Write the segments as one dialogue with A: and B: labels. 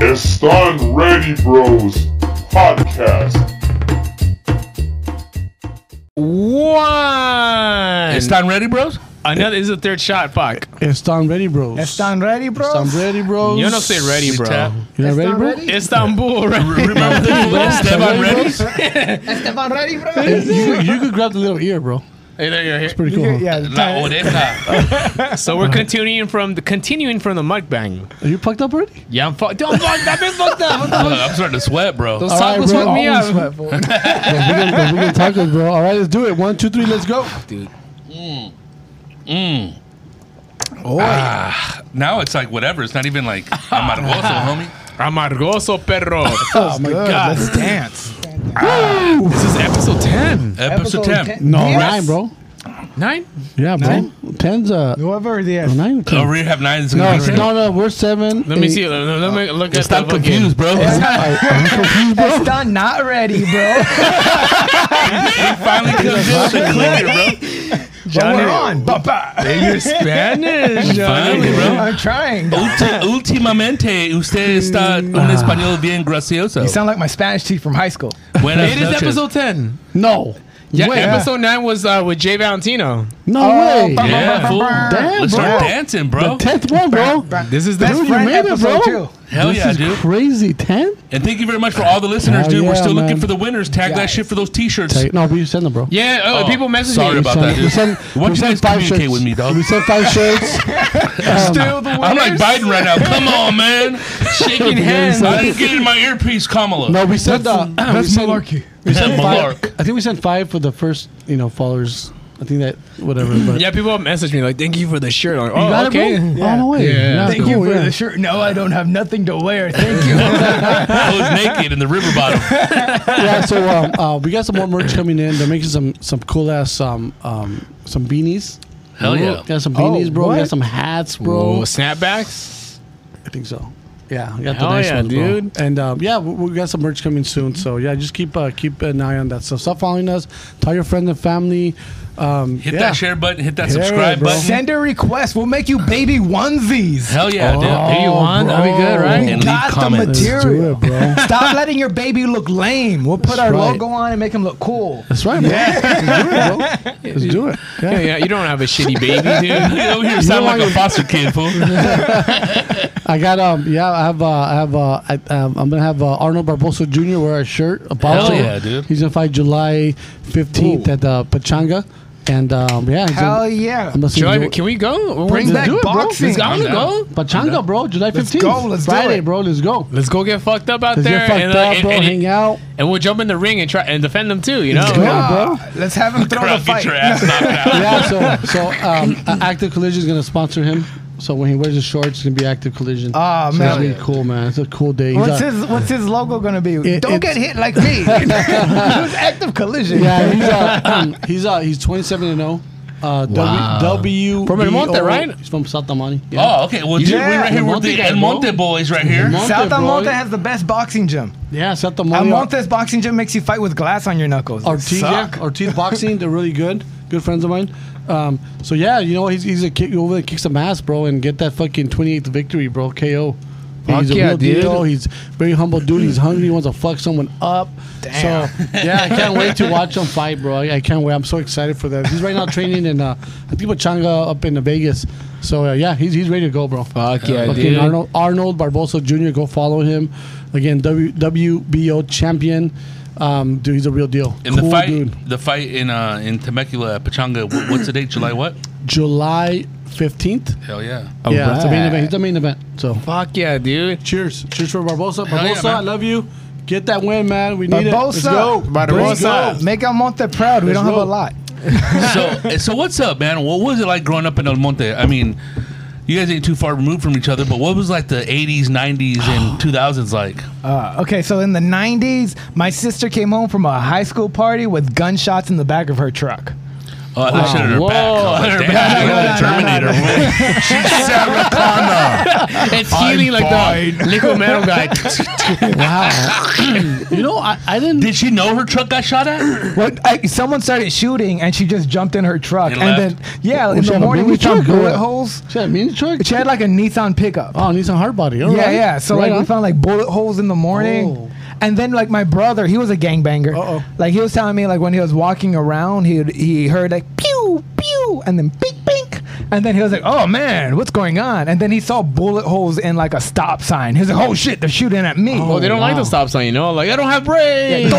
A: Están Ready Bros Podcast.
B: One.
C: Están ready, bros?
B: Another this is the third shot. Fuck.
D: Están ready, bros.
E: Están ready, bro.
D: Están ready,
C: Oh,
D: bros.
B: You don't say ready, bro.
D: You're not ready, bro?
B: Istanbul, right?
C: Remember the little Esteban ready?
E: Esteban ready, bro.
D: you, you could grab the little ear, bro.
B: Hey, there you go, here.
D: Pretty cool. huh?
E: yeah,
C: La oreja.
B: So we're continuing from the continuing from the mukbang.
D: Are you plucked up already?
B: Yeah, I'm fucked. Don't fuck. I've been fucked up. What the
C: Look,
B: fuck?
C: Oh, I'm starting to sweat, bro.
B: Those
D: All right,
B: tacos
D: bro.
B: fucked me
E: Always
B: up.
E: sweat, fool.
D: Los vegan, los vegan tacos, bro. All right, let's do it. One, two, three, let's go.
C: Now it's like whatever. It's not even like amargoso, homie.
B: Amargoso perro.
D: Oh, my God.
E: Let's dance.
B: this is episode ten.
C: Episode 10.
D: No,
E: Yes.
D: nine, bro.
B: Nine?
D: Yeah, bro. Ten's uh,
E: Whoever the
D: nine. or ten?
C: Oh, we have nine. it's
D: No,
C: gonna be
D: it's-
C: ready.
D: no, no, we're seven.
B: Let me
D: eight.
B: see. Let, let
C: Uh,
B: me look at
C: Están
B: the fucking-
C: confused, bro.
D: Are- are you confused, bro?
E: Están not ready, bro.
C: Finally comes out the clear, bro.
E: but we're on.
B: You're Spanish.
C: Finally,
B: Johnny.
C: bro.
E: I'm trying. You
C: Ulti- Últimamente, usted
D: Ah.
C: está un español bien gracioso.
E: sound like my Spanish teacher from high school.
C: Buenas
B: It is
C: noches.
B: episode ten.
D: No.
B: Yeah,
D: Way.
B: episode nine was uh, with Jay Valentino.
D: No way.
E: bum,
C: Yeah,
E: bum,
C: fool.
E: bum, bum.
D: Damn,
C: Let's start
D: bro.
C: dancing, bro.
D: Tenth one, bro.
B: This is
E: Best
B: the
D: you
E: friend
D: made it, bro.
E: episode too.
C: Hell
D: this
C: yeah,
D: is
C: dude.
D: crazy. Ten?
C: And thank you very much for all the listeners,
D: Hell
C: dude. We're
D: yeah,
C: still
D: man.
C: looking for the winners. Tag that
E: Guys.
C: shit for those T-shirts.
D: Hey, No, we send them, bro.
B: yeah. Oh,
C: Oh,
B: people message
C: sorry
B: me.
C: about
D: Send-
C: that, dude.
D: we send-
C: Why don't
D: we
C: you
D: send
C: guys
D: five
C: communicate
D: shirts.
C: with me, dog?
D: We sent five shirts.
B: Still the
C: I'm like
B: winners.
C: Biden right now. Come on, man.
B: shaking hands.
C: I didn't get in my earpiece, Kamala.
D: No, we sent the. we
E: That's
D: sent-
E: malarkey.
D: We sent
C: Yeah,
D: five.
C: malark.
D: I think we sent five for the first, you know, followers. I think that whatever. But
B: Yeah, people message me like, "Thank you for the shirt." I'm like,
D: You got
B: oh,
D: it,
B: okay.
D: bro? Oh, no way.
B: Yeah.
D: That's
E: Thank you
D: cool,
E: for
D: yeah.
E: the shirt. No, I don't have nothing to wear. Thank you.
C: I was naked in the river bottom.
D: yeah, so um, uh, we got some more merch coming in. They're making some some cool ass um, um some beanies.
C: Hell yeah.
D: Got some beanies, bro. We
E: Oh, what?
D: got some hats, bro.
B: Bro, snapbacks.
D: I think so. Yeah, we got the
B: Hell
D: nice
B: yeah,
D: ones, bro.
B: dude.
D: And um, yeah, we, we got some merch coming soon. So yeah, just keep uh, keep an eye on that. So stop following us. Tell your friends and family. Um,
C: Hit
D: yeah.
C: that share button. Hit that
D: Yeah,
C: subscribe
D: bro.
C: button.
E: Send a request. We'll make you baby onesies.
C: Hell yeah,
B: Do
D: Oh,
C: dude.
B: you want? That'd be good,
E: We
C: And
B: right?
C: leave
E: got the
C: comments.
D: Let's do
E: material.
D: it, bro.
E: Stop letting your baby look lame. We'll put
D: That's
E: our
D: right.
E: logo on and make him look cool.
D: That's right, bro. Let's do it, bro. Let's do it.
B: Yeah,
D: Yeah.
B: yeah, you don't have a shitty baby, dude.
C: You over here sound like a foster kid, fool.
D: I got um yeah I have uh, I have uh, I, um, I'm gonna have uh, Arnold Barbosa Jr. wear a shirt. A boxer.
C: yeah, dude.
D: He's gonna fight July 15th at the Pachanga, and um yeah. he's
E: Hell
D: gonna-
E: yeah.
D: I'm gonna see
B: Should I,
D: you-
B: can we go?
E: Bring
B: Let's
E: back
B: do it, bro.
E: boxing.
B: Let's go. I'm gonna go.
D: Pachanga, bro. July 15th.
E: Let's go, let's do
D: Friday,
E: it.
D: bro. Let's go.
B: Let's go get fucked up out
D: Let's
B: there,
D: get fucked
B: and, uh,
D: up,
B: and-
D: bro.
B: and-
D: hang out.
B: and we'll jump in the ring and try and defend them too. You know,
D: go. Yeah,
E: Ah,
D: bro.
E: Let's have him throw
C: Bro,
E: the
C: get your
E: fight.
C: ass knocked out.
D: Yeah. So so um, uh, Active Collision is gonna sponsor him. So when he wears his shorts, it's gonna be Active Collision.
E: Ah,
D: so
E: man.
D: it's gonna be cool, man. It's a cool day. He's
E: What's
D: a-
E: his What's his logo gonna be?
D: It-
E: Don't
D: it's-
E: get hit like me. Use active collision.
D: Yeah, he's uh, he's uh, he's 27 and 0. Uh,
C: Wow.
D: W, w
B: From El Monte, right?
D: He's from Santa Moni.
C: Oh, okay. Well, dude,
E: Yeah.
C: we're right here with
D: Monte
C: the
D: guy,
C: El
D: bro.
C: Monte boys right here.
D: Monte,
E: South
D: bro.
E: Almonte has the best boxing gym.
D: Oh, yeah, Santa Moni.
E: Almonte's boxing gym makes you fight with glass on your knuckles. They
D: Ortiz, yeah,
E: suck.
D: Ortiz boxing. They're really good, good friends of mine. Um, so yeah, you know he's he's a kick over there, kick some ass, bro, and get that fucking 28th victory, bro. KO. He's
B: Fuck yeah, dude.
D: deal. He's very humble dude. He's hungry. He wants to fuck someone up.
E: Damn.
D: So yeah, I can't wait to watch him fight, bro. I, I can't wait. I'm so excited for that. He's right now training in uh, I think Pachanga up in uh, Vegas. So uh, yeah, he's he's ready to go, bro.
B: Fuck yeah,
D: Fucking
B: dude.
D: Arnold, Arnold Barbosa Jr. Go follow him. Again, w, WBO champion. Um, dude, he's a real deal.
C: And the
D: Cool
C: fight,
D: dude.
C: the fight in uh, in Temecula, Pachanga. wh- What's the date? July what?
D: July 15th.
C: Hell yeah.
D: yeah, it's the main
B: right.
D: event. He's the main event. So
B: Fuck yeah, dude.
D: cheers. Cheers for Barbosa.
C: yeah,
D: Barbosa,
C: man.
D: I love you. Get that win, man. We need it. Let's
E: Barbosa.
D: go.
E: Let's
B: Barbosa.
E: go. Make Almonte proud. We
D: Let's
E: don't have
D: go.
E: a lot.
C: so eh, so what's up, man? What was it like growing up in El Monte? I mean, you guys ain't too far removed from each other, but what was like the '80s, '90s, and 2000s like?
E: Uh, okay, so in the 90s, my sister came home from a high school party with gunshots in the back of her truck.
C: Oh, I thought she had her
B: Whoa.
C: back. I was like,
B: Her
C: damn,
B: back.
C: she
E: No,
C: was
E: no,
C: the
E: no, no, no.
C: Terminator. She's Sarah Connor.
B: and fuming like the liquid metal guy.
D: Wow. you know, I, I didn't.
C: Did she know her truck got shot at?
E: Well, I, someone started shooting, and she just jumped in her truck.
C: And
E: And,
C: left?
E: then, yeah,
D: Was
E: in
D: she
E: the
D: on a
E: morning
D: movie
E: we found
D: truck or
E: bullet
D: what?
E: holes.
D: She had a mini truck?
E: She had like a Nissan pickup.
D: oh, needs a hard body. All
E: yeah,
D: right.
E: yeah. So
D: Right
E: like we
D: on.
E: found like bullet holes in the morning.
D: Oh.
E: And then like my brother, he was a gangbanger.
D: Uh-oh.
E: Like he was telling me like when he was walking around, he he heard like pew pew and then pink pink, and then he was like, oh man, what's going on? And then he saw bullet holes in like a stop sign. He was like, oh shit, they're shooting at me.
B: Oh, they don't like
D: wow.
B: the stop sign, you know? Like, I don't have brakes.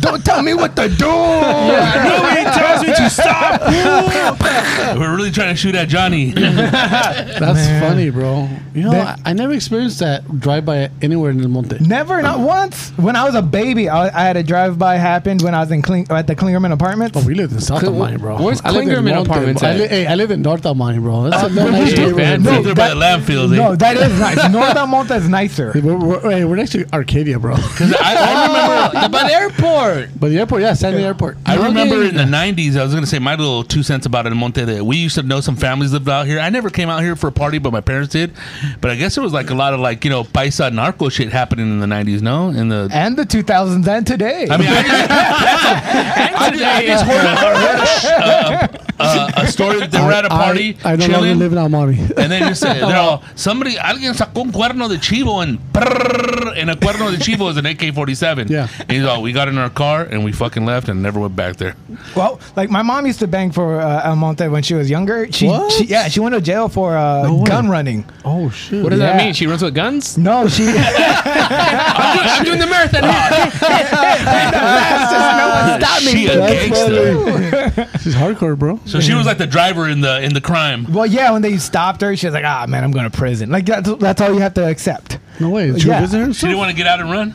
E: don't tell me what to do.
C: Nobody tells me to stop. We're really trying to shoot at Johnny.
D: That's funny, bro. You know,
E: That-
D: I, I never experienced that drive by anywhere in El Monte.
E: Never, not once. When I was a baby, I, I had a drive-by happened when I was in Kling, at the Klingerman Apartments.
D: Oh, we lived in South Amani, bro.
B: where's
D: I lived in
B: Klingerman
D: Monte,
B: apartments
D: bro. I, li-
B: at?
D: hey, I live in North Amani, bro. That's a
B: Uh,
D: nice
B: shit,
D: neighborhood.
B: man.
C: No,
E: No,
C: there by the eh?
E: that-
C: landfills.
E: No,
C: No,
E: that is nice. North Almonte is nicer.
D: We're, we're, hey, we're next to Arcadia, bro.
C: I,
D: Oh,
C: I remember.
B: By the airport.
D: But the airport, yeah, Sandy Airport.
C: I
D: Okay.
C: remember in the '90s. I was gonna say my little two cents about it in Monte that we used to know some families lived out here. I never came out here for a party, but my parents did. But I guess there was like a lot of like you know paisa narco shit happening in the '90s. No, in the
E: and the 2000s and today.
C: I mean, I just, I just, I just heard, I heard a sh- uh, uh, a story that they were at a party
D: I, I no longer
C: chilling,
D: live in Amani.
C: and then just they're all somebody alguien sacó un cuerno de chivo and prrrr, and a cuerno de chivo is an AK-47.
D: Yeah.
C: and he's all we got in our car and we fucking left and never went back there.
E: well, like my mom used to bang for uh, Almonte when she was younger. She,
D: What?
E: she yeah, she went to jail for uh, gun running.
D: oh shit!
B: What does that
E: Yeah.
B: mean? She runs with guns?
E: No, she
B: I'm doing the marathon.
E: stop me.
C: she a
E: That's
C: gangster.
D: She's hardcore, bro.
C: So she was like the driver in the in the crime.
E: Well, yeah, when they stopped her, she was like, "Ah, man, I'm going to prison." Like that's that's all you have to accept.
D: No way. Did you
E: Yeah.
D: visit her? and
C: She
D: stuff?
C: didn't want to get out and run,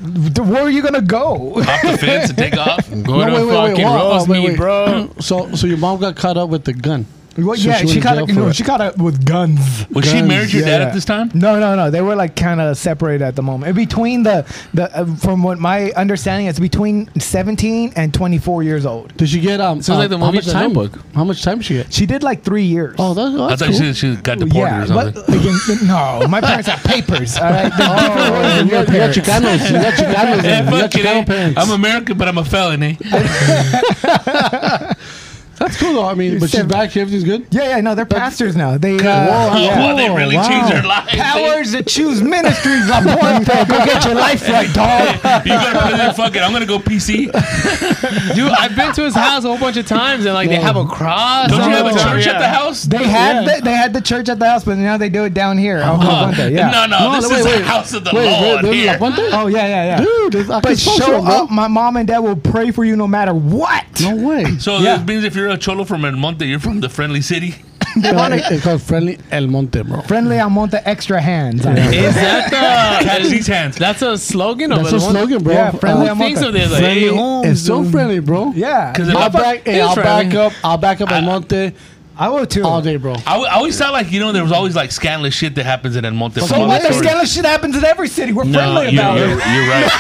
E: Where are you going to go?
C: hop the fence, and take off.
B: Go
D: No,
B: to
D: wait, wait, wait,
B: fucking
D: whoa, whoa,
B: roast
D: wait,
B: me,
D: wait.
B: bro.
D: So, so your mom got caught up with the gun.
E: Well,
D: So
E: yeah,
D: she
E: she,
D: went to
E: caught
D: jail
E: up.
D: for
E: No,
D: it.
E: she caught up with guns.
C: Was she
D: Guns,
C: married your dad at this time?
E: No, no, no. They were like kind of separated at the moment. Between the the uh, from what my understanding is between 17 and 24 years old.
D: Did she get um?
B: Sounds
D: uh,
B: like the
D: how
B: movie
D: much time?
B: Notebook.
D: How much time she get?
E: She did like three years.
D: Oh, that's, oh,
C: I
D: that's
C: thought
D: cool.
C: she, she got deported or something.
E: but again, no, my parents have papers. All right, They're different
D: Oh,
E: than
D: you
E: your
D: got you got
E: parents.
D: Chicanos. You got Chicanos.
C: Eh,
D: then. You got
C: fuck it, eh?
D: Chicano parents.
C: I'm American, but I'm a felon, eh?
D: that's cool though. I mean, but she's
E: said-
D: back. Everything's good.
E: Yeah, yeah, no, they're pastors now. They uh,
D: Whoa,
E: yeah.
C: wow, they really
D: wow.
C: changed her life.
E: powers that choose ministries. La Puerta, go get your life right, dog.
C: you gotta put it in, fuck it. I'm gonna go PC. Don't
B: Dude, I've been to his house a whole bunch of times, and like they have a cross.
C: you
B: on
C: have a
B: the-
C: church at
B: yeah.
C: the house?
E: They had the, they had the church at the house, but now they do it down here. Oh,
C: Huh.
E: yeah.
C: No, no,
D: No,
C: this
D: wait,
C: is
D: wait.
C: the house of the
D: Wait,
C: Lord
D: wait,
C: here.
D: wait, one thing?
E: Oh yeah, yeah, yeah.
D: Dude, it's- I can
E: but
D: sponsor
E: show
D: them, bro.
E: up. My mom and dad will pray for you no matter what.
D: No way.
C: so
E: Yeah.
C: that means if you're a cholo from El Monte, you're from the friendly city.
D: Uh, it- it's called friendly El Monte, bro.
E: Friendly Almonte extra hands. Yeah,
B: Is that the.
C: Catch these hands.
B: That's a slogan of
D: That's a
B: one-
D: slogan, bro.
E: Yeah, friendly
D: Uh,
E: Almonte.
B: Thinks of this, like,
D: friendly-
B: hey, homes
D: It's so
B: and-
D: friendly, bro.
E: yeah.
C: Because
D: I'll
C: I,
D: back. Hey,
B: is
D: I'll back
B: friendly.
D: up. I'll back up El Monte
E: I will too.
D: all day, bro.
C: I always thought like you know there was always like scandalous shit that happens in El Monte.
E: So
C: From
E: what?
C: other
E: There's
C: stories.
E: scandalous shit happens in every city. We're
C: No,
E: friendly
C: you're,
E: about
C: you're,
E: it.
C: you're right.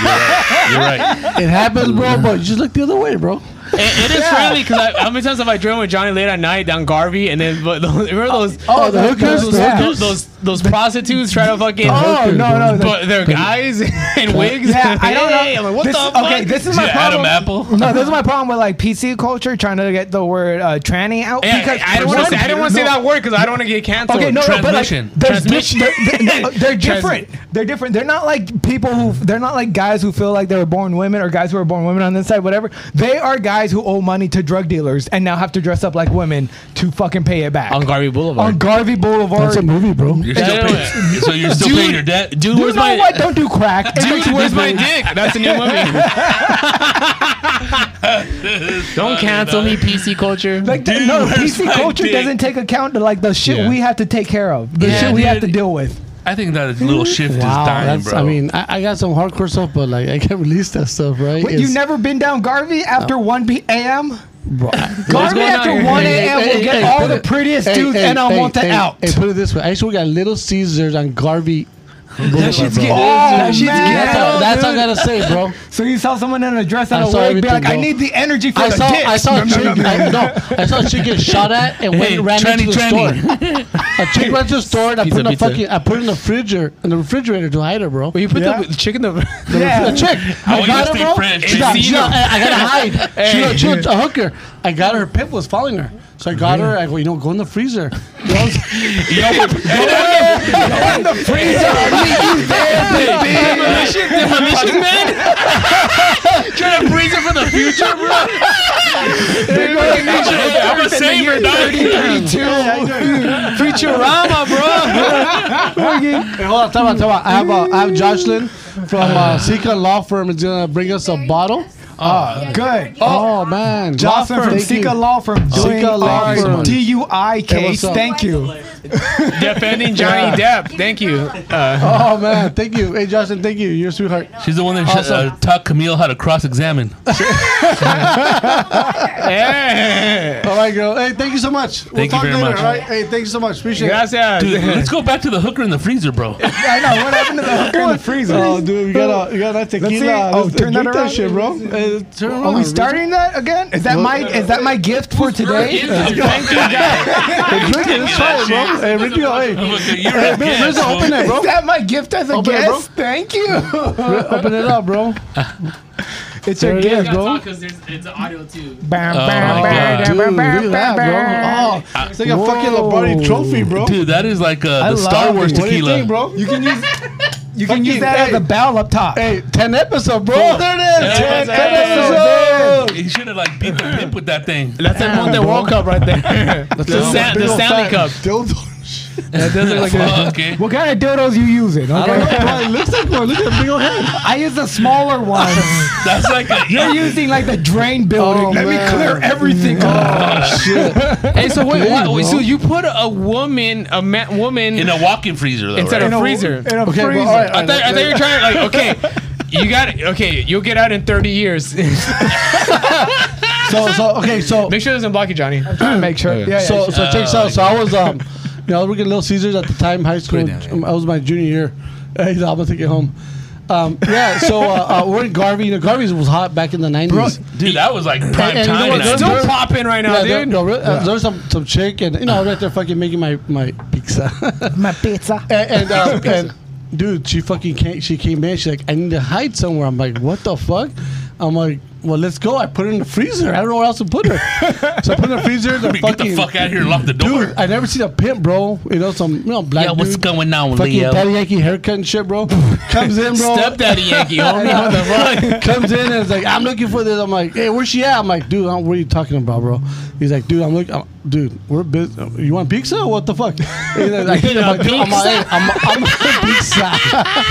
C: You're right. You're right.
D: It happens, bro. But you just look the other way, bro.
B: It, it is friendly because how many times have I driven with Johnny late at night down Garvey and then but those, remember those
E: Oh,
D: the hookers?
B: those,
E: the
D: Yeah.
B: those, those those prostitutes try to fucking
E: Oh no no! the-
B: but they're guys in wigs.
E: yeah, I don't know.
B: Hey, I'm like, what
E: This-
B: the fuck?
E: Okay, this is
C: Is
E: my
C: it Adam
E: problem.
C: Apple.
E: No, this is my problem with like PC culture trying to get the word uh, tranny out.
B: Yeah, I don't want
E: one-
B: to say I don't want to say
E: no.
B: that word because I don't want to get canceled.
E: Okay, no, no, but like,
C: Transmission.
E: there's di-
B: Transmission.
E: they're, they're- no, they're
B: Trans-
E: different. They're different. They're not like people who. They're not like guys who feel like they were born women or guys who were born women on this side. Whatever. They are guys who owe money to drug dealers and now have to dress up like women to fucking pay it back
B: on Garvey Boulevard.
E: On Garvey Boulevard.
D: That's a movie, bro.
C: You're still
B: Yeah,
C: paying, so you're still paying your debt.
B: Dude,
E: you
B: where's
E: know
B: my
E: what? Don't do crack. It
B: dude?
E: makes you
B: Where's my
E: different.
B: dick? That's a new movie. don't cancel me, PC culture.
E: Like
C: Dude,
E: th- no,
C: where's
E: PC
C: my
E: culture
C: dick?
E: doesn't take account to like the shit
C: Yeah.
E: we have to take care of, the
C: Yeah,
E: shit we have to
C: dude.
E: deal with.
C: I think that little shift is dying,
D: that's,
C: bro.
D: I mean, I, I got some hardcore stuff, but like I can't release that stuff, right?
E: Wait, you
D: It's-
E: never been down Garvey after 1 p.m.?
D: bro,
E: Garvey
B: going on
E: after
B: here?
E: 1
D: Hey,
E: a.m.
D: hey,
E: will
D: hey,
E: get
D: hey,
E: all
D: put
E: the
D: it-
E: prettiest
D: Hey,
E: dudes
D: hey,
E: and I
D: hey,
E: want
D: hey,
E: out.
D: Hey, put it this way. I actually got Little Caesars on Garvey
E: That shit's getting.
F: That shit's
D: That's all, that's all I gotta say, bro.
E: So you saw someone in a dress
D: I
E: out of
D: saw
E: wig, be
D: everything,
E: like, "I
D: bro.
E: need the energy for
D: I
E: the
D: saw,
E: dick."
D: I saw a
E: No,
D: chick.
E: no, no,
D: I, no, I saw a chick get shot at and went
C: Hey,
D: ran
C: tranny,
D: into the
C: tranny.
D: store. A chick went to the store and I
F: Pizza,
D: put in a
F: pizza.
D: fucking, I put in the refrigerator in the refrigerator to hide her, bro.
B: Well, you put
E: Yeah.
B: the chicken the.
E: no. Yeah.
D: A chick.
C: I want
D: got
C: you to
D: her,
C: stay
D: bro.
C: French,
D: She got-
C: baby.
D: she got- I, I gotta hide. She, was, she was a hooker. I got her. Her pimp was following her, so I got her. I go, you know, go in the freezer.
B: Demolition Man. Trying to freeze it for the future, bro. I'm a saver, dog. Futurama, bro.
D: Hey, hold on, time out, time out. I have uh, I have Jocelyn from uh, Seeker Law Firm is gonna bring us a bottle.
E: Ah, Good.
D: Oh, man,
E: Jocelyn from Sika Law Firm doing
D: Sika Law
E: our
D: Firm.
E: DUI
D: Hey,
E: case.
D: what's up?
E: Thank you.
B: Defending Johnny Depp. Thank you. Uh,
D: Oh man, thank you. Hey, Jocelyn, thank you. You're a sweetheart.
C: She's the one that sh- uh, taught Camille how to cross-examine.
B: hey.
D: All right, girl. Hey, thank you so much.
C: Thank you very much.
D: All right. Hey, thank you so much. Appreciate it.
B: Gracias.
C: Dude, let's go back to the hooker in the freezer, bro.
E: I know. What happened to the hooker in the freezer?
D: Oh, dude, we got a, we got a tequila.
E: see.
D: Let's
E: Oh, turn that
D: drink
E: around.
D: shit, bro. Hey, turn around.
E: Are we starting that again? Is that my is that my gift for today?
D: Hey, drink it. Let's try it, bro. Hey, Rico, hey,
C: You're a
D: man, where's the
C: guest,
D: open
C: bro.
D: it, bro?
E: Is that my gift as a
D: Open it, bro.
E: guest? Thank you.
D: Open it up, bro.
E: It's your
D: There it is,
E: gift.
D: bro.
B: Because there's it's audio too.
E: Bam,
C: Oh
E: bam,
C: my
E: bam,
C: God.
E: bam,
D: Dude,
E: bam,
D: look
E: bam,
D: at that,
E: bam,
D: bro.
E: bam.
D: Oh, it's like a fucking LeBron trophy, bro.
C: Dude, that is like uh, the Star
E: love
C: Wars
E: it.
D: what do you
C: tequila.
D: think, bro?
E: You can use you can
D: Fucking-
E: use that as
D: hey.
E: a bell up top.
D: Hey, 10 episode, bro.
E: There it is.
C: Yeah,
E: Ten
C: that's
E: episodes.
C: You should have like beat the pimp with that thing.
B: That's the one that World Cup right there. the
C: a
B: Sa- the
D: Big ol'
B: Stanley
D: fat
B: Cup.
D: dildo.
B: That does look like
C: Oh, okay.
E: What kind of dildos you using?
D: I don't know
E: Okay.
D: what it looks like, bro. Look at the big old head.
E: I use the smaller ones.
C: That's like a,
E: You're using like the drain building.
D: Oh,
E: Let
D: man.
E: me clear everything. up.
B: Hey, so wait, why-
D: bro.
B: so you put a woman, a ma- woman
C: in a walk-in freezer though.
B: instead
C: right?
B: of freezer.
E: In a
D: Okay,
E: freezer.
D: bro. All right,
B: I
D: all right.
B: thought, I thought you were trying to like okay. You got it. Okay, you'll get out in 30 years. Make
D: So, so, okay, so.
B: sure it doesn't block you, Johnny.
E: Make sure. Yeah, yeah,
D: so
E: yeah.
D: so check this out. So I was um, you know, I was working at Little Caesars at the time, high school.
C: down, yeah.
D: Um, I was my junior year. Hey, I'm gonna take it home. Um, yeah. So uh, uh, we're in Garvey. You know, Garvey's was hot back in the nineties.
C: Dude, that was like prime
D: and you know
C: time.
D: what,
C: and I-
D: those-
B: Still popping right now,
D: Yeah, there,
B: dude.
D: no, really, uh, there was some some chick, and you know, I was right there fucking making my my pizza.
E: my pizza.
D: and and, uh, and dude, she fucking came, she came in. She's like, I need to hide somewhere. I'm like, what the fuck? I'm like, well, let's go. I put her in the freezer. I don't know where else to put her. so I put her in the freezer. The
C: I mean, get the
D: fucking
C: fuck out of here and lock the door.
D: Dude, I never seen a pimp, bro. You know, some you know black
C: Yo, what's
D: dude,
C: going on,
D: fucking
C: Leo?
D: Daddy Yankee haircut and shit, bro. Comes in, bro.
B: Stepdaddy Yankee, homie. What the fuck?
D: comes in and is like, I'm looking for this. I'm like, hey, where's she at? I'm like, dude, I don't, what are you talking about, bro? He's like, dude, I'm looking, I'm, dude, we're busy. You want pizza? Or what the fuck? He's like, I think I'm like, dude, I'm, like, I'm, I'm, pizza.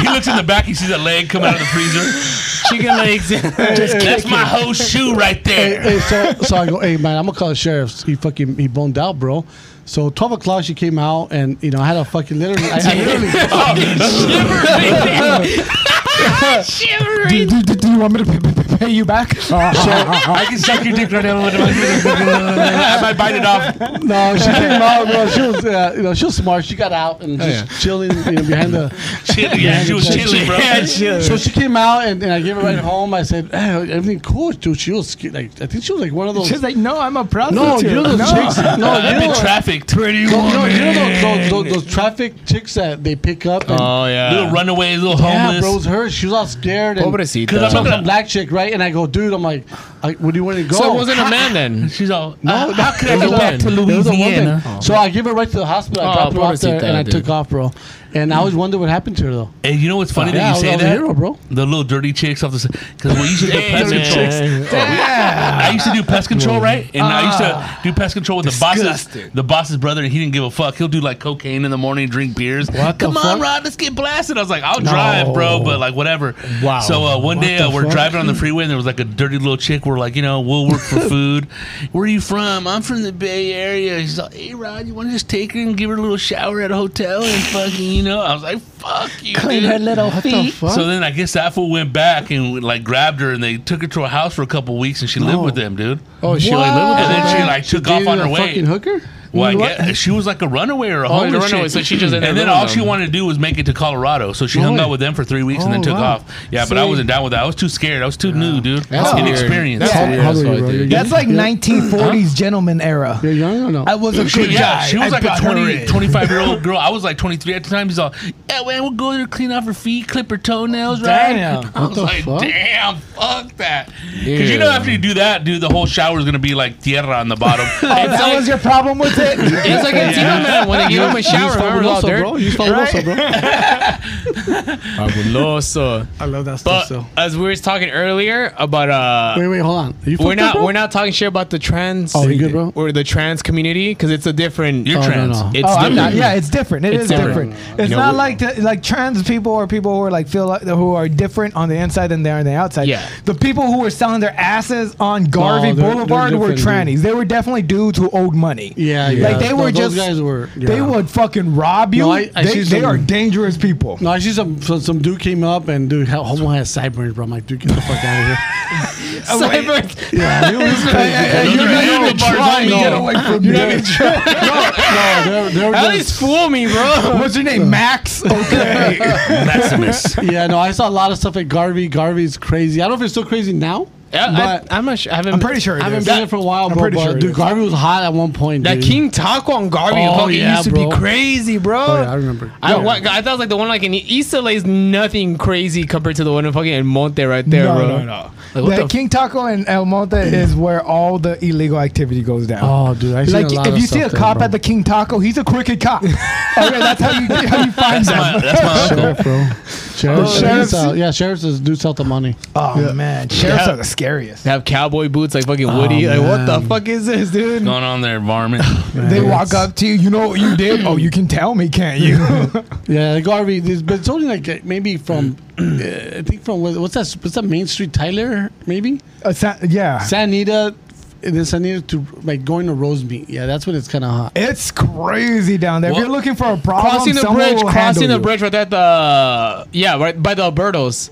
C: He looks in the back, he sees a leg coming out of the freezer.
B: Chicken legs.
C: That's my whole shoe right
D: Hey,
C: there.
D: hey, so, so I go, hey, man, I'm gonna call the sheriff. He fucking, he boned out, bro. So 12 o'clock, she came out, and you know, I had a fucking literally, I, I literally, Oh,
E: Do, do, do, do you want me to pay, pay, pay you back?
D: uh,
C: I can suck your dick right now. I might bite it off.
D: No, she came out, bro. She was, uh, you know, she was smart. She got out and just chilling, you know, behind the.
C: Chili. Yeah, she was chilly, bro.
D: So she came out and, and I gave her right home. I said, hey, everything cool, dude. She was sca- like, I think she was like one of those.
E: She's like, no, I'm a
D: no,
E: prostitute.
D: you're those chicks. No,
C: Oh, I've
D: you
C: been
D: know,
C: trafficked. Pretty
D: no, no, you know those, those, those, those traffic chicks that they pick up. And,
B: Oh
C: Little
B: yeah.
C: runaways, little
D: yeah,
C: homeless.
D: bro, it was her. She was all scared. And
B: Pobrecita.
D: Because I'm
C: Some-
D: a black chick, right? And I go, dude, I'm like, I, where do you want to go?
B: So it wasn't a man then.
C: She's all,
D: No,
C: how could I
D: it was
C: go
D: a
C: back to
D: woman. It was a woman.
C: Louisiana?
D: So I give her right to the hospital. I
B: Oh,
D: dropped her off there,
B: pobrecita,
D: and I
B: dude.
D: took off, bro. And I always wonder what happened to her, though.
C: Hey, you know what's funny
D: Yeah, I
C: that
D: was-
C: you
D: I
C: say
D: was a
C: that?
D: hero, bro.
C: The little dirty chicks off the side. Because we used to do pest
B: Damn.
C: control. I used to do pest control, right? And I used to do pest control with the boss's, the boss's brother, and he didn't give a fuck. He'll do like cocaine in the morning, drink beers. Come on,
D: fuck?
C: Rod, let's get blasted. I was like, I'll drive, bro, but like whatever. Wow. So uh, one day uh, we're driving on the freeway, and there was like a dirty little chick. We're like, you know, we'll work for food. Where are you from? I'm from the Bay Area. She's like, hey, Rod, you want to just take her and give her a little shower at a hotel and fucking, you know? I was like, fuck you, dude.
E: little feet.
C: So then I guess that fool went back and like grabbed her and they took her to a house for a couple weeks and she lived with them, dude.
D: Oh, she like lived with
C: And
D: her,
C: then she
D: man.
C: like took off
D: dated
C: on
D: a
C: her way.
D: Fucking hooker.
C: Well, I
E: What?
C: guess she was like a runaway or a
B: Oh, the
C: homeless
B: runaway,
C: chick.
B: so she just ended
C: and
B: up
C: then all
B: living
C: she
B: them.
C: wanted to do was make it to Colorado. So she hung
D: Really?
C: out with them for three weeks and then
D: Oh,
C: took
D: wow.
C: off. Yeah, but I
D: See?
C: wasn't down with that. I was too scared. I was too new, dude.
B: That's weird.
C: Inexperienced.
B: That's
D: How-
B: weird.
D: how
B: That's
D: old are
B: what
D: you,
B: I
D: bro?
B: did.
D: You're
E: That's like 1940s gentleman era.
D: You're young or no?
E: I was a good
C: yeah,
E: guy.
C: she was
E: I
C: like
E: brought
C: a
E: her
C: 20,
E: in.
C: 25 year old girl. I was like 23 at the time. He's all, yeah, man, we'll go there, clean off her feet, clip her toenails, right?
E: Damn.
C: I was
D: the
C: like,
D: fuck?
C: damn, fuck that. Because you know,
B: Yeah.
C: after you do that, dude, the whole shower is going to be like tierra on the bottom.
E: Oh, that was your problem with it.
B: It's like Encino Man when they give him a
D: You
B: shower.
D: was
B: Remember all
D: fabuloso,
B: dirt?
D: bro. You was fabuloso, bro.
B: Fabuloso.
D: I love that
B: But
D: stuff. So.
B: as we were talking earlier about uh,
D: Wait, wait, hold on. Are you
B: we're
D: fucked
B: not
D: up, bro?
B: we're not talking shit about the trans.
D: Oh, you good, bro?
B: Or the trans community because it's a different.
C: You're
D: Oh, no,
C: trans.
D: no.
B: it's
E: oh, I'm not.
B: different.
E: Yeah, it's different.
B: It's
E: it's
B: different.
E: different. It's
B: You know,
E: not
B: we-
E: like the, like trans people or people who are like feel like who are different on the inside than they are on the outside.
B: Yeah.
E: The people who were selling their asses on Garvey
D: they're- they're
E: Boulevard were
D: different,
E: trannies. They were definitely dudes who owed money.
D: Yeah, yeah.
E: Like they
D: No,
E: were
D: those
E: just
D: guys were. Yeah.
E: They would fucking rob you.
D: No, I- I
E: they,
D: see
E: they
D: some-
E: are dangerous people.
D: No, I see some, some some dude came up and dude had, homo had sideburns, bro. I'm like, dude, get the fuck out of here.
B: Cyber-
D: yeah, he was
E: Hey, hey, hey,
C: Those
E: you're
C: are
E: not
C: handlebars
E: even trying to
C: only.
E: get away from me.
D: no, they were, they were
B: At least
D: just,
B: fool me, bro.
E: What's your name? Max. Okay.
C: Maximus.
D: yeah, no, I saw a lot of stuff at Garvey. Garvey's crazy. I don't know if it's still crazy now.
B: I,
D: but
B: I, am not sure. I haven't,
E: I'm pretty sure it
D: I haven't
E: is.
D: been there for a while, bro.
E: pretty
D: but
E: sure it
D: dude,
E: is.
D: Garvey was hot at one point.
B: That
D: dude.
B: King Taco on Garvey
D: Oh,
B: fucking
D: yeah,
B: used to
D: bro.
B: be crazy, bro.
D: Oh, yeah, I remember.
B: I,
D: Yeah.
B: what, I thought it was like the one like in East LA is nothing crazy compared to the one in fucking El Monte right there,
E: no,
B: bro.
E: no, no.
B: Like, what
E: the
B: the
E: King Taco in El Monte is where all the illegal activity goes down.
D: Oh, dude, I seen
E: like
D: a lot
E: if
D: of
E: you see a
D: stuff there,
E: cop
D: bro.
E: at the King Taco, he's a crooked cop. okay, that's how you how you find
C: my-
E: them.
C: that's my uncle.
D: sheriff, bro. Sheriff,
E: sheriff's-
D: yeah, sheriffs is do sell the money.
E: Oh man, sheriffs
B: Yeah.
E: are the scariest.
B: They have cowboy boots like
D: Oh,
B: fucking Woody. like what the
E: man.
B: fuck is this, dude?
C: Going on there, varmint.
E: They walk up to you. You know what you did? Oh, you can tell me, can't you?
D: Yeah, Garvey. This, but it's only like uh, maybe from, uh, I think from what- what's that? What's that Main Street? Tyler, maybe
E: Uh, sa- yeah,
D: San Anita, and then San Anita to like going to Rosemead. Yeah, that's when it's kind of hot.
E: it's crazy down there.
C: Well,
E: if you're looking for a problem,
B: Crossing the
E: someone
B: bridge,
E: will
B: crossing
E: handle
B: the
E: you.
B: bridge right there at the yeah, right by the Albertos.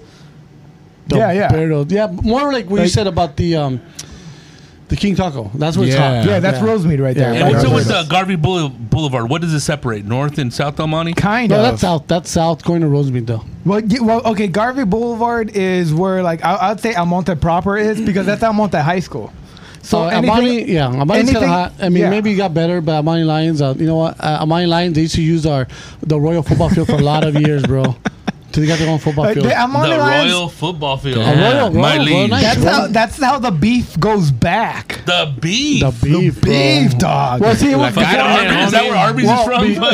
D: The
E: Yeah, yeah.
D: Barrow- yeah. More like what you said about the um, the King Taco. That's where
B: Yeah.
D: it's hot.
E: Yeah, that's Rosemead right there.
D: Yeah,
C: and what's
E: Right
C: up
D: it
C: with
E: there.
C: uh, Garvey Boule- Boulevard? What does it separate? North and South Del Monte?
E: Kind
D: No,
E: of.
D: that's south. That's south going to Rosemead though.
E: Well, yeah, well, okay. Garvey Boulevard is where, like, I, I'd say Almonte proper is because that's Almonte High School. So
D: So uh,
E: anything,
D: Amani, yeah, Amani's kind
E: anything-
D: of hot. I mean,
E: yeah.
D: maybe it got better, but Amani Lions, uh, you know what? Uh, Amani Lions, they used to use our the Royal Football Field for a lot of years, bro. Till they got their own football
E: like,
D: field.
E: Uh, the Almonte
C: the
E: Lions-
C: Royal Football Field.
D: Yeah. Royal- Royal,
C: my
D: Royal,
C: liege.
D: nice.
E: That's how that's how the beef goes back.
C: The beef.
D: The beef, bro.
E: Beef dog.
D: Well, see, what-
B: Like, I don't
C: Arby's,
B: know,
C: is that
B: homie.
C: where Arby's
D: Well,
C: is
D: beef.
C: from?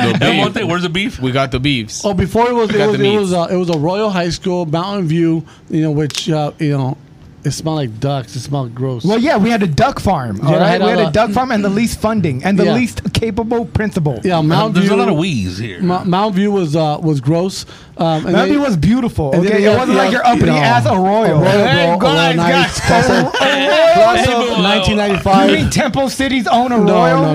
C: Fucking, uh,
B: beef.
C: Monte, where's the beef?
B: We got the beefs.
D: oh, before it was it
B: Got
D: was
B: the
D: it
B: meats.
D: was, uh, it was a Royal High School, Mountain View, you know, which uh, you know, it smelled like ducks. It smelled gross.
E: well, yeah, we had a duck farm. All
D: I
E: right,
D: had
E: we
D: all
E: had a
D: that.
E: duck farm and the least funding and the
D: Yeah.
E: least capable principal.
D: yeah, Mountain
C: There's
D: View.
C: a lot of wees here.
D: Ma- Mount View was uh, was gross. Um, and
E: That
D: they- Oh,
E: was beautiful.
D: and then
E: Okay,
D: they
E: it
D: had-
E: wasn't like
D: yeah,
E: your uppity
D: no.
E: ass Arroyo.
D: Arroyo,
E: Hey,
D: bro, Arroyo,
E: guys,
D: nice.
E: guys,
D: Class of
C: Hey, boo.
D: 1995.
E: You mean Temple City's own Arroyo?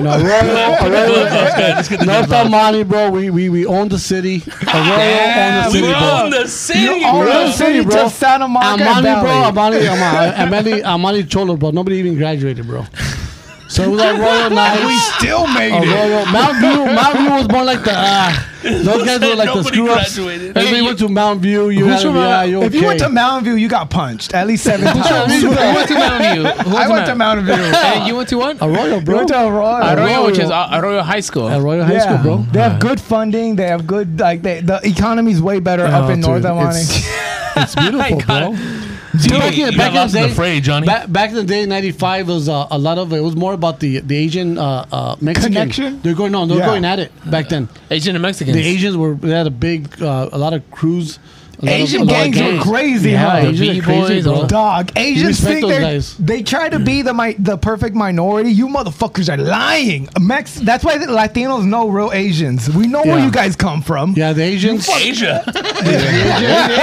D: No, no, no. Arroyo, Arroyo, North Armani, bro. We we we own the city. Arroyo own the
E: Damn,
D: city,
C: we
D: bro.
C: own the city,
E: You own
C: bro.
E: the city,
D: City, bro.
E: to Santa Monica
D: Armani, bro.
E: Valley.
D: Armani, Armani, Armani, Armani Cholo, bro. Nobody even graduated, bro. So it was Arroyo
E: We
D: Nights.
E: still made
D: Oh,
E: it.
D: Arroyo, Mount View, Mount View was more like the. Uh, those guys were like the
C: Nobody
D: screw ups.
C: graduated.
D: Everybody went to Mount View. You had,
E: from,
D: yeah,
E: uh,
D: you okay.
E: If you went to Mountain View, you got punched at least seven times.
B: Who went to Mountain View? Who
E: I went to Mountain View.
B: And you went to what?
D: Arroyo,
E: You
D: bro.
E: went to Arroyo.
B: Arroyo, which is uh, Arroyo High School.
D: Arroyo High School,
E: Yeah.
D: bro.
E: They have good funding. They have good like they, the economy's way better up
D: Oh,
E: in
D: dude,
E: North Monte.
D: it's- It's beautiful, bro.
C: Dude,
D: back in-
C: you got
D: back in
C: lost
D: the
C: in
D: day-
C: the fray, Johnny.
D: Back, back in the day, '95 was uh, a lot of it was more about the the Asian uh, uh, Mexican
E: Connection?
D: They're going on, they're
E: Yeah.
D: going at it back then.
B: Asian and Mexicans.
D: The Asians were they had a big uh, a lot of crews. a lot of-
E: Asian
D: a lot of
E: gangs were crazy,
D: Yeah,
E: huh?
D: Asians are
B: B-boys,
D: crazy, bro.
B: all
E: Dog, Asians
D: respect
E: think
D: those
E: they
D: guys.
E: they try to be the mi- the perfect minority. You motherfuckers are lying. Mex, that's why the Latinos know real Asians. We know where
D: Yeah.
E: you guys come from.
D: Yeah, the Asians.
C: Asia.
D: No,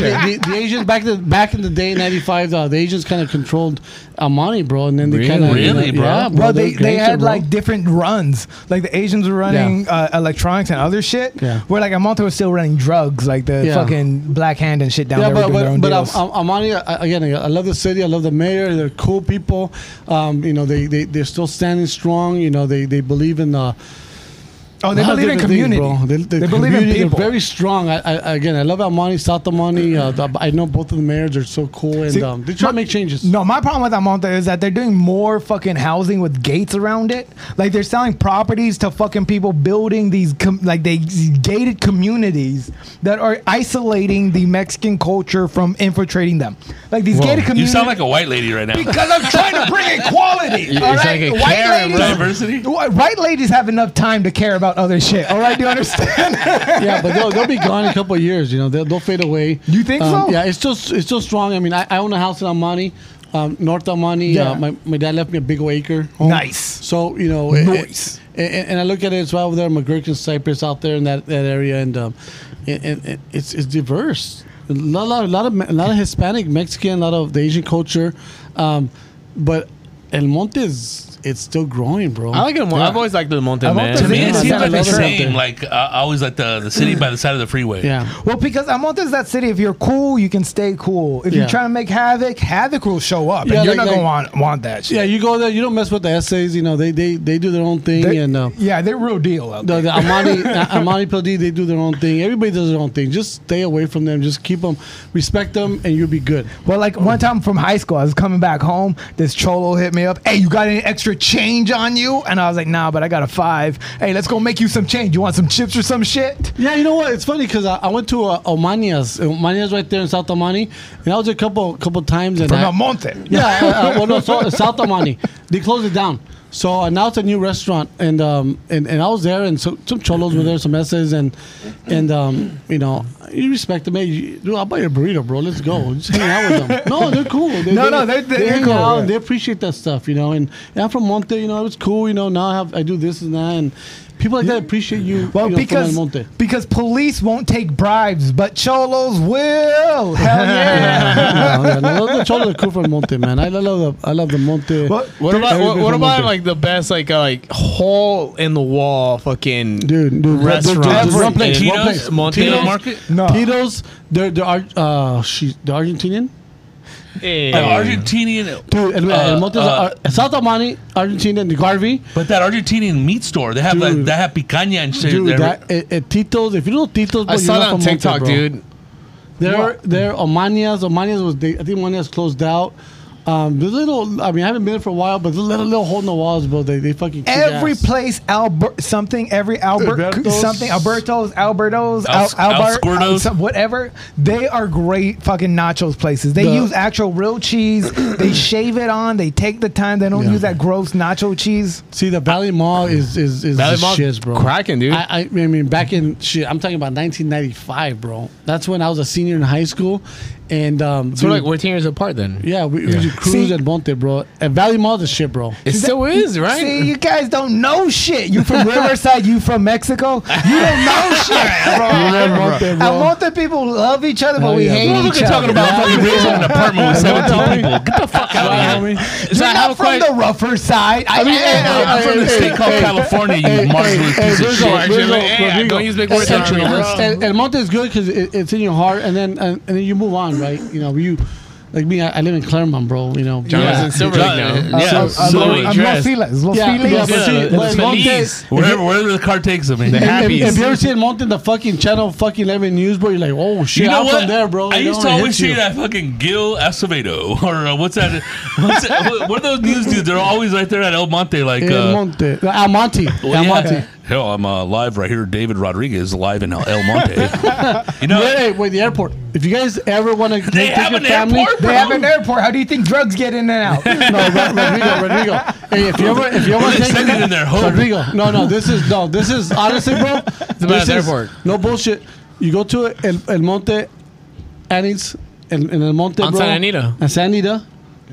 D: the, the, the Asians back the, back in the day, ninety five. Uh, the Asians kind of controlled Amani, bro, and then they kind of
C: Really, bro?
D: yeah, bro.
E: Bro, they,
D: they're
E: they
D: gangster,
E: had
D: bro.
E: like different runs. Like the Asians were running uh, electronics and other shit.
D: Yeah.
E: Where like Amante was still running drugs, like the
D: Yeah.
E: fucking Black Hand and shit down
D: yeah,
E: there.
D: but
E: were doing their
D: but,
E: own
D: but
E: deals.
D: Am- Am- Amani I- again. I love the city. I love the mayor. They're cool people. Um, you know, they they they're still standing strong. You know, they they believe in the.
E: oh, they
D: lot of
E: believe in
D: different things,
E: community.
D: bro.
E: They,
D: They, they
E: believe in
D: community,
E: people.
D: They're very strong. I, I, again, I love Amani, South Amani. Uh, the, I know both of the mayors are so cool, and
E: See,
D: um, they try to
E: my-
D: make changes.
E: No, my problem with Amante is that they're doing more fucking housing with gates around it. Like they're selling properties to fucking people building these com- like they these gated communities that are isolating the Mexican culture from infiltrating them. Like these gated
C: You
E: communities.
C: sound like a white lady right now.
E: because I'm trying to bring equality. all
F: it's
E: right?
F: like a
E: white
F: Karen,
E: ladies,
C: Diversity.
E: Wh- White ladies have enough time to care about other shit. All right, do you understand?
D: yeah, but they'll, they'll be gone in a couple of years. You know, they'll, they'll fade away.
E: You think
D: Um,
E: so?
D: Yeah, it's still it's still strong. I mean, I, I own a house in Amani, um, North Amani.
E: Yeah.
D: Uh, my, my dad left me a big acre. Home.
E: nice.
D: So you know, it-
E: Nice.
D: it- and, and I look at it as well over there, McGurk and Cypress out there in that, that area, and um, and, and, and it's it's diverse. A lot, lot, lot of a lot of Hispanic, Mexican, a lot of the Asian culture, um, but El Monte is it's still growing, bro.
B: I like it. More. I've always liked the Monte,
E: I want
B: man.
E: the
C: I mean, it
E: Yeah,
C: seems
E: I
C: like the
E: love it.
C: same. Like uh, always, like the, the city by the side of the freeway.
D: yeah.
E: Well, because Amante is that city. If you're cool, you can stay cool. If
D: Yeah.
E: you're trying to make havoc, havoc will show up,
D: Yeah,
E: and you're
D: like-
E: not gonna
D: like-
E: want want that shit.
D: Yeah, you go there. You don't mess with the essays. You know, they they, they do their own thing,
E: They-
D: and uh,
E: yeah, they're real deal. Out
D: the,
E: there.
D: the Amani uh, Amani PD they do their own thing. Everybody does their own thing. Just stay away from them. Just keep them, respect them, and you'll be good.
E: Well, like one time from high school, I was coming back home. This cholo hit me up. Hey, you got any extra change on you? And I was like, Nah, but I got a five. Hey, let's go make you some change. You want some chips or some shit?
D: Yeah, you know what? It's funny because I, I went to uh, Omanias, Omanias right there in South Omani, and I was there a couple couple times. And
E: From
D: I,
E: Amante.
D: yeah, uh, uh, well, no, so, South Omani. They closed it down. So uh, now it's a new restaurant, and um, and, and I was there, and so, some cholos were there, some essays, and and um, you know, you respect them. Hey, you, dude, I'll buy you a burrito, bro. Let's go. Just hang out with them. No, they're cool. They,
E: No,
D: they-
E: no, they're- they're
D: they hang
E: cool,
D: out,
E: yeah.
D: and they appreciate that stuff, you know. And, and I'm from Monte, you know, it was cool, you know. Now I have I do this and that, and people like that appreciate you. you know,
E: Well,
D: from El
E: because
D: Monte.
E: because police won't take bribes, but cholos will. Hell yeah!
D: yeah, yeah, no, the Cholo de Cufra Monte, man. I I love the I love the Monte.
E: What-
B: What about
D: Very
B: what,
D: good
B: what
D: for
B: about
D: Monte.
B: like the best like uh, like hole in the wall fucking
D: dude? dude
B: restaurant?
D: There's one
B: Every-
D: place, one
B: Tito's,
D: place.
B: Monte,
C: Tito Market.
E: no,
D: Tito's, they're, they're Ar- uh, she, the Argentinian,
B: Hey.
C: An Argentinian.
D: dude. And,
C: uh,
D: and Monte's
C: uh,
D: Ar- South Amani, Argentinian, the Garvey,
C: but that Argentinian meat store, they have like
D: Dude.
C: they have picanha and shit.
D: dude.
C: there.
D: That, eh, eh, Tito's, if you know Tito's, bro,
B: I
D: you're
B: saw
D: not
B: that on
D: from Monte,
B: TikTok,
D: bro.
B: dude.
D: They're they're Omanias. Omanias was they, I think Omanias closed out. Um, the little, I mean, I haven't been there for a while, but the little, little hole in the walls, bro. They they fucking kick
E: every
D: ass.
E: place Albert something every Albert
D: Albertos.
E: something Albertos Albertos Al,
C: Al-
E: Albert
C: Alsquirtos.
E: Al- some- whatever they are great fucking nachos places they
D: The-
E: use actual real cheese they shave it on they take the time they don't
D: Yeah.
E: use that gross nacho cheese
D: See, the Valley Mall is is is
B: Valley
D: the
B: Mall's
D: shiz, bro.
B: cracking, dude.
D: I, I, I mean, back in shit, I'm talking about 1995, bro. That's when I was a senior in high school, and um,
B: So we're
D: dude,
B: like we're ten years apart then.
D: yeah, we, we used to cruise
E: See-
D: at Monte, bro. At Valley Mall, the shit, bro.
B: It still is, right?
E: see you guys don't know shit you from Riverside you from Mexico you don't know shit
D: At Monte, bro.
E: I want the people who love each other but
D: Hell
E: we
D: Oh, yeah,
E: hate
D: bro.
E: each
C: Motherfucker
E: other
C: talking about fucking raising an apartment with 17 people. Get the fuck out of here.
E: you're
B: So I have
E: not
B: a
E: from
B: question.
E: the rougher side I,
D: mean,
E: am.
D: hey,
C: I'm from a
D: hey,
C: state
D: hey,
C: called
D: hey,
C: California, you marginal
D: hey,
C: piece of
D: Virgil,
C: shit.
D: Virgil,
B: Hey,
D: Rodrigo.
B: eh, don't use big words on me, bro.
D: And, and Monte is good because it, it's in your heart, and then and, and then you move on, right? You know, you like me. I, I live in Claremont, bro. You know,
B: John uh,
D: yeah.
B: is in Silver
C: John-
B: Lake now.
C: yeah.
E: I'm,
C: so- so
E: I'm Los
B: dressed.
E: Feliz. Los
D: Yeah,
E: Feliz.
D: yeah, but see,
B: Yeah,
D: well, Monte-
B: Feliz.
C: Wherever, wherever the car takes them. man.
D: If,
B: Happy.
D: if you ever see Monte in the fucking channel fucking 11 news, bro, you're like, oh shit,
C: You know
D: I'm
C: what?
D: from there, bro.
C: I
D: It
C: used to
D: only hits
C: always see
D: you.
C: that fucking Gil Acevedo or uh, what's that? What's that what, what are those news dudes? They're always right there at El Monte, like.
D: El
C: Uh,
D: Monte. Uh, El Monte. El
C: yeah.
D: Monte.
C: Hell, I'm uh, live right here. David Rodriguez live in El Monte. you know,
D: Wait, wait, wait, the airport. If you guys ever want to
C: They
D: take
C: have
D: your
C: an
D: family,
C: airport?
E: They have an airport. How do you think drugs get in and out?
D: no, Ro- Rodrigo, Rodrigo. Hey, if you ever, if you ever
C: Well,
D: want to
C: they
D: take
C: send it in their home.
D: Rodrigo, no, no, this is no, this is honestly, bro. It's
B: about the airport.
D: No bullshit. You go to El, El Monte, Annie's, El, El Monte,
B: On
D: bro.
B: San Anita.
D: On San Anita.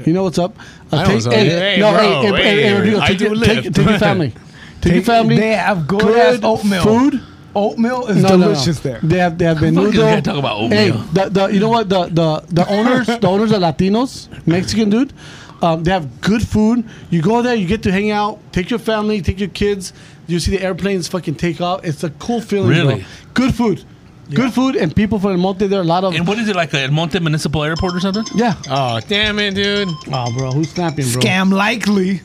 D: You know what's up? Uh,
B: I know what's up.
D: hey,
B: Hey,
D: no,
B: bro,
D: hey, hey, hey,
B: hey,
D: Rodrigo,
B: I
D: take,
B: do
D: your- take,
B: live.
D: take your family. Take your family.
E: They have good, ass oatmeal.
D: food.
E: oatmeal is
D: No, no, no.
E: delicious there.
D: They have they have
C: Fuck, you
D: menudo.
C: can't talk about
D: Hey,
C: oatmeal.
D: the, the you know what the the, the owners the owners are Latinos, Mexican dude. Um, they have good food. You go there, you get to hang out, take your family, take your kids. You see the airplanes fucking take off. It's a cool feeling. bro.
C: Really?
D: Good food, good food, and people from El Monte. There are a lot of
C: And what is it like a El Monte Municipal Airport or something?
D: yeah.
B: Oh damn it, dude!
D: Oh, bro, who's snapping, bro?
E: Scam likely.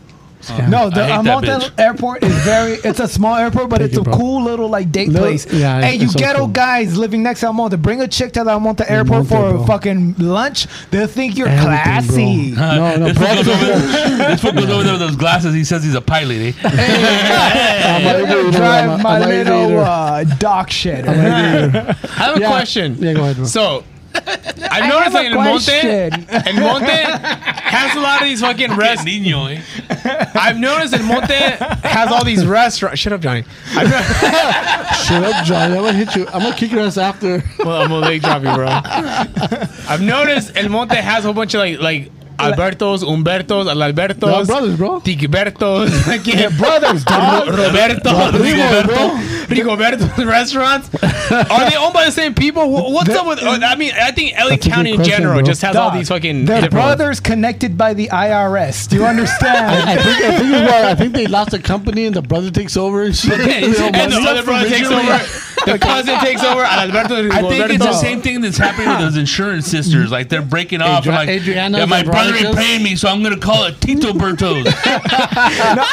E: No, the
C: I hate that
E: Almonte
C: bitch.
E: airport is very. It's a small airport, but it's
D: you,
E: a
D: bro.
E: cool little like date
D: Little-
E: place.
D: yeah,
E: hey,
D: it's-
E: you
D: it's so
E: ghetto
D: cool.
E: guys living next to Almonte, bring a chick to the Almonte
D: Almonte,
E: airport for
D: bro.
E: a fucking lunch. They'll think you're
D: Everything, bro.
E: classy.
D: No, no,
C: this fool goes,
D: bro.
C: over, this fool goes over there with those glasses. He says he's a pilot. Eh?
D: I'm
E: They're
D: an
E: gonna
D: aviator,
E: drive
D: I'm a-
E: my
D: I'm an
E: little
D: aviator.
E: uh, dog shit.
B: I have a
D: Yeah.
B: question.
D: Yeah, go ahead, bro.
B: So I
E: have
B: noticed that
E: a
B: El Monte,
E: question.
B: El Monte has a lot of these fucking rest.
C: Niño, eh?
B: I've noticed El Monte has all these restaurants. Shut up, Johnny. I've no-
D: Shut up, Johnny. I'm gonna hit you. I'm gonna kick your ass after.
B: well, I'm gonna leg drop you, bro. I've noticed El Monte has a whole bunch of like like Albertos, Humbertos,
D: They're
B: Albertos,
D: brothers, bro.
B: Tigibertos, fucking
E: Brothers, dog.
B: Roberto,
D: Rodrigo, bro.
B: Rigoberto's restaurants. Are they owned by the same people? Wh- What's up with? uh, I mean, I think LA
D: That's a good
B: County in
D: question,
B: general
D: bro.
B: just has all
E: Dog,
B: these fucking.
E: They're
B: different-
E: brothers connected by the IRS. Do you
D: I
E: understand?
D: think, I think it's where I think they lost a company and the brother takes over and shit.
B: and the other brother takes over. The cousin takes over. Alberto
C: I think it's the
B: Rigoberto.
C: same thing that's happening with those insurance sisters. Like they're breaking off.
D: Adri-
C: and like,
D: Adriana's
C: yeah, my
D: and
C: brother ain't
D: Veronica's.
C: paying me, so I'm gonna call it Tito Berto's.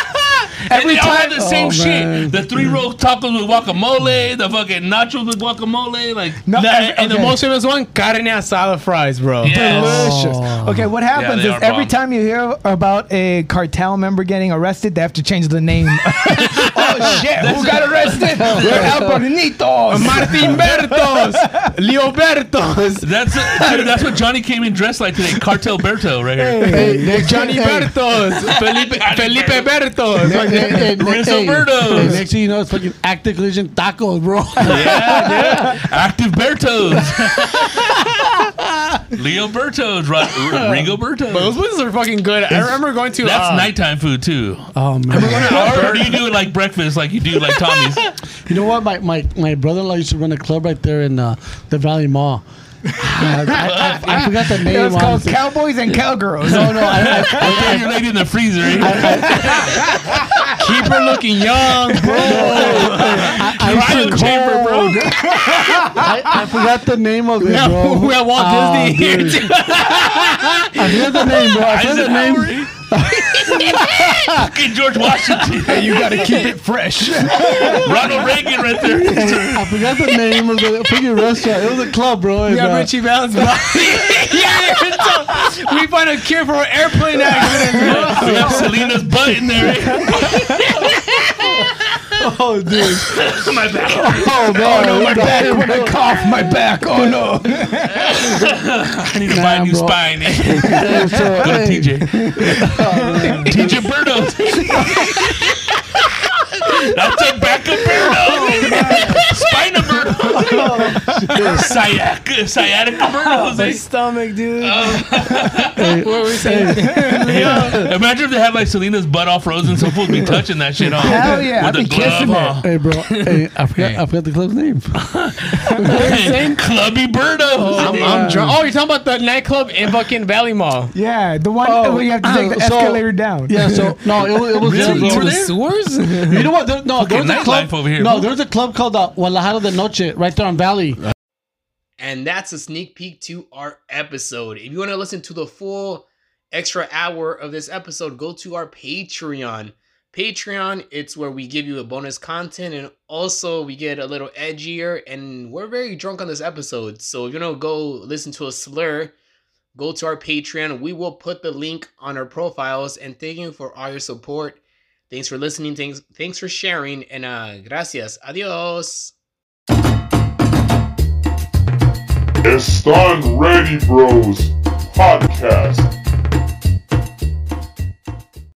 C: Every time, all have the same
D: Oh, man.
C: shit. The three roll tacos with guacamole, the fucking nachos with guacamole, like
E: No,
B: The-
E: every-
B: And the
E: okay.
B: most famous one, carne asada fries, bro.
C: yes.
E: Delicious.
D: Oh.
E: Okay, what happens
C: they
E: is
C: are
E: every
C: bomb.
E: time you hear about a cartel member getting arrested, they have to change the name. oh shit! Who got arrested? We're Albernitos.
B: Martin Bertos, Leobertos,
C: That's dude, that's what Johnny came in dressed like today. Cartel Berto right here.
D: Hey, next
B: Johnny
D: thing- hey,
B: Bertos, Felipe, Felipe Bertos.
D: Hey, hey, hey,
C: Rizzo
D: hey,
C: Birdos.
D: hey, next thing you know, it's fucking active collision tacos, bro.
C: Active Bertos. Leo Bertos, Rod- Ringo Bertos.
B: Those ones are fucking good. I remember going to.
C: That's
B: uh,
C: nighttime food too.
D: oh man!
C: Or, or do you do it like breakfast, like you do like Tommy's?
D: You know what? My my, my brother-in-law used to run a club right there in uh, the Valley Mall. Uh, I, I, I forgot the name.
E: It was called
D: honestly.
E: Cowboys and Cowgirls.
D: no, no. I, I,
C: I throw your lady in the freezer. eh?
B: Keep her looking young, bro.
C: Cryo chamber,
B: Oh,
C: bro.
D: I, I forgot the name of it,
B: Yeah,
D: bro.
B: we at Walt
D: Ah,
B: Disney here.
D: dude.
B: too.
D: I forgot the name, bro. I forgot the name.
C: Eisenhower. Fucking George Washington.
E: you gotta keep it fresh.
C: Ronald Reagan right there.
D: I forgot the name of the freaking restaurant. It was a club, bro. and,
B: Yeah,
D: uh,
B: Richie Valens, bro. yeah, it's a- we found a cure for an airplane accident.
C: We have Selena's butt in there. eh?
D: oh, dude.
C: My bad.
D: Oh, bro. no, my back. When I cough, my back. Oh, no.
C: I need to buy a new
D: bro.
C: spine. eh?
D: so,
C: Go to
D: hey,
C: TJ. TJ Burdo. That's a back of
E: Oh,
C: Burdo. Spina Burdo.
E: Oh,
C: Sciatica, sciatica Burdo. eh?
E: stomach, dude.
B: what were we saying?
C: Yeah. Imagine if they had like Selena's butt off frozen, some fool would be touching that shit on.
E: Hell yeah, I'd
C: With a
E: be kissing
C: glove.
D: hey, bro. Hey, I forgot, I forgot the club's name.
C: Huh. Clubby Birdo.
B: I'm, I'm drunk. Oh, you're talking about the nightclub in fucking Valley Mall.
E: Yeah, the one
D: Oh,
E: where you have to take the
D: so-
E: escalator down.
D: Yeah, so, no, it, wa- it was
C: Really?
D: there,
C: You were
D: bro.
C: there?
B: sewers?
D: You know what? There, no, there was a
C: nightlife
D: club.
C: over here,
D: no,
C: bro.
D: there was a club called uh, Guadalajara de Noche right there on Valley.
F: And that's a sneak peek to our episode. If you want to listen to the full extra hour of this episode, go to our Patreon. Patreon, it's where we give you a bonus content and also we get a little edgier and we're very drunk on this episode. So if you want to go listen to a slur, go to our Patreon. We will put the link on our profiles and thank you for all your support. Thanks for listening. Thanks thanks for sharing and uh gracias. Adios.
A: Están Ready Bros Podcast.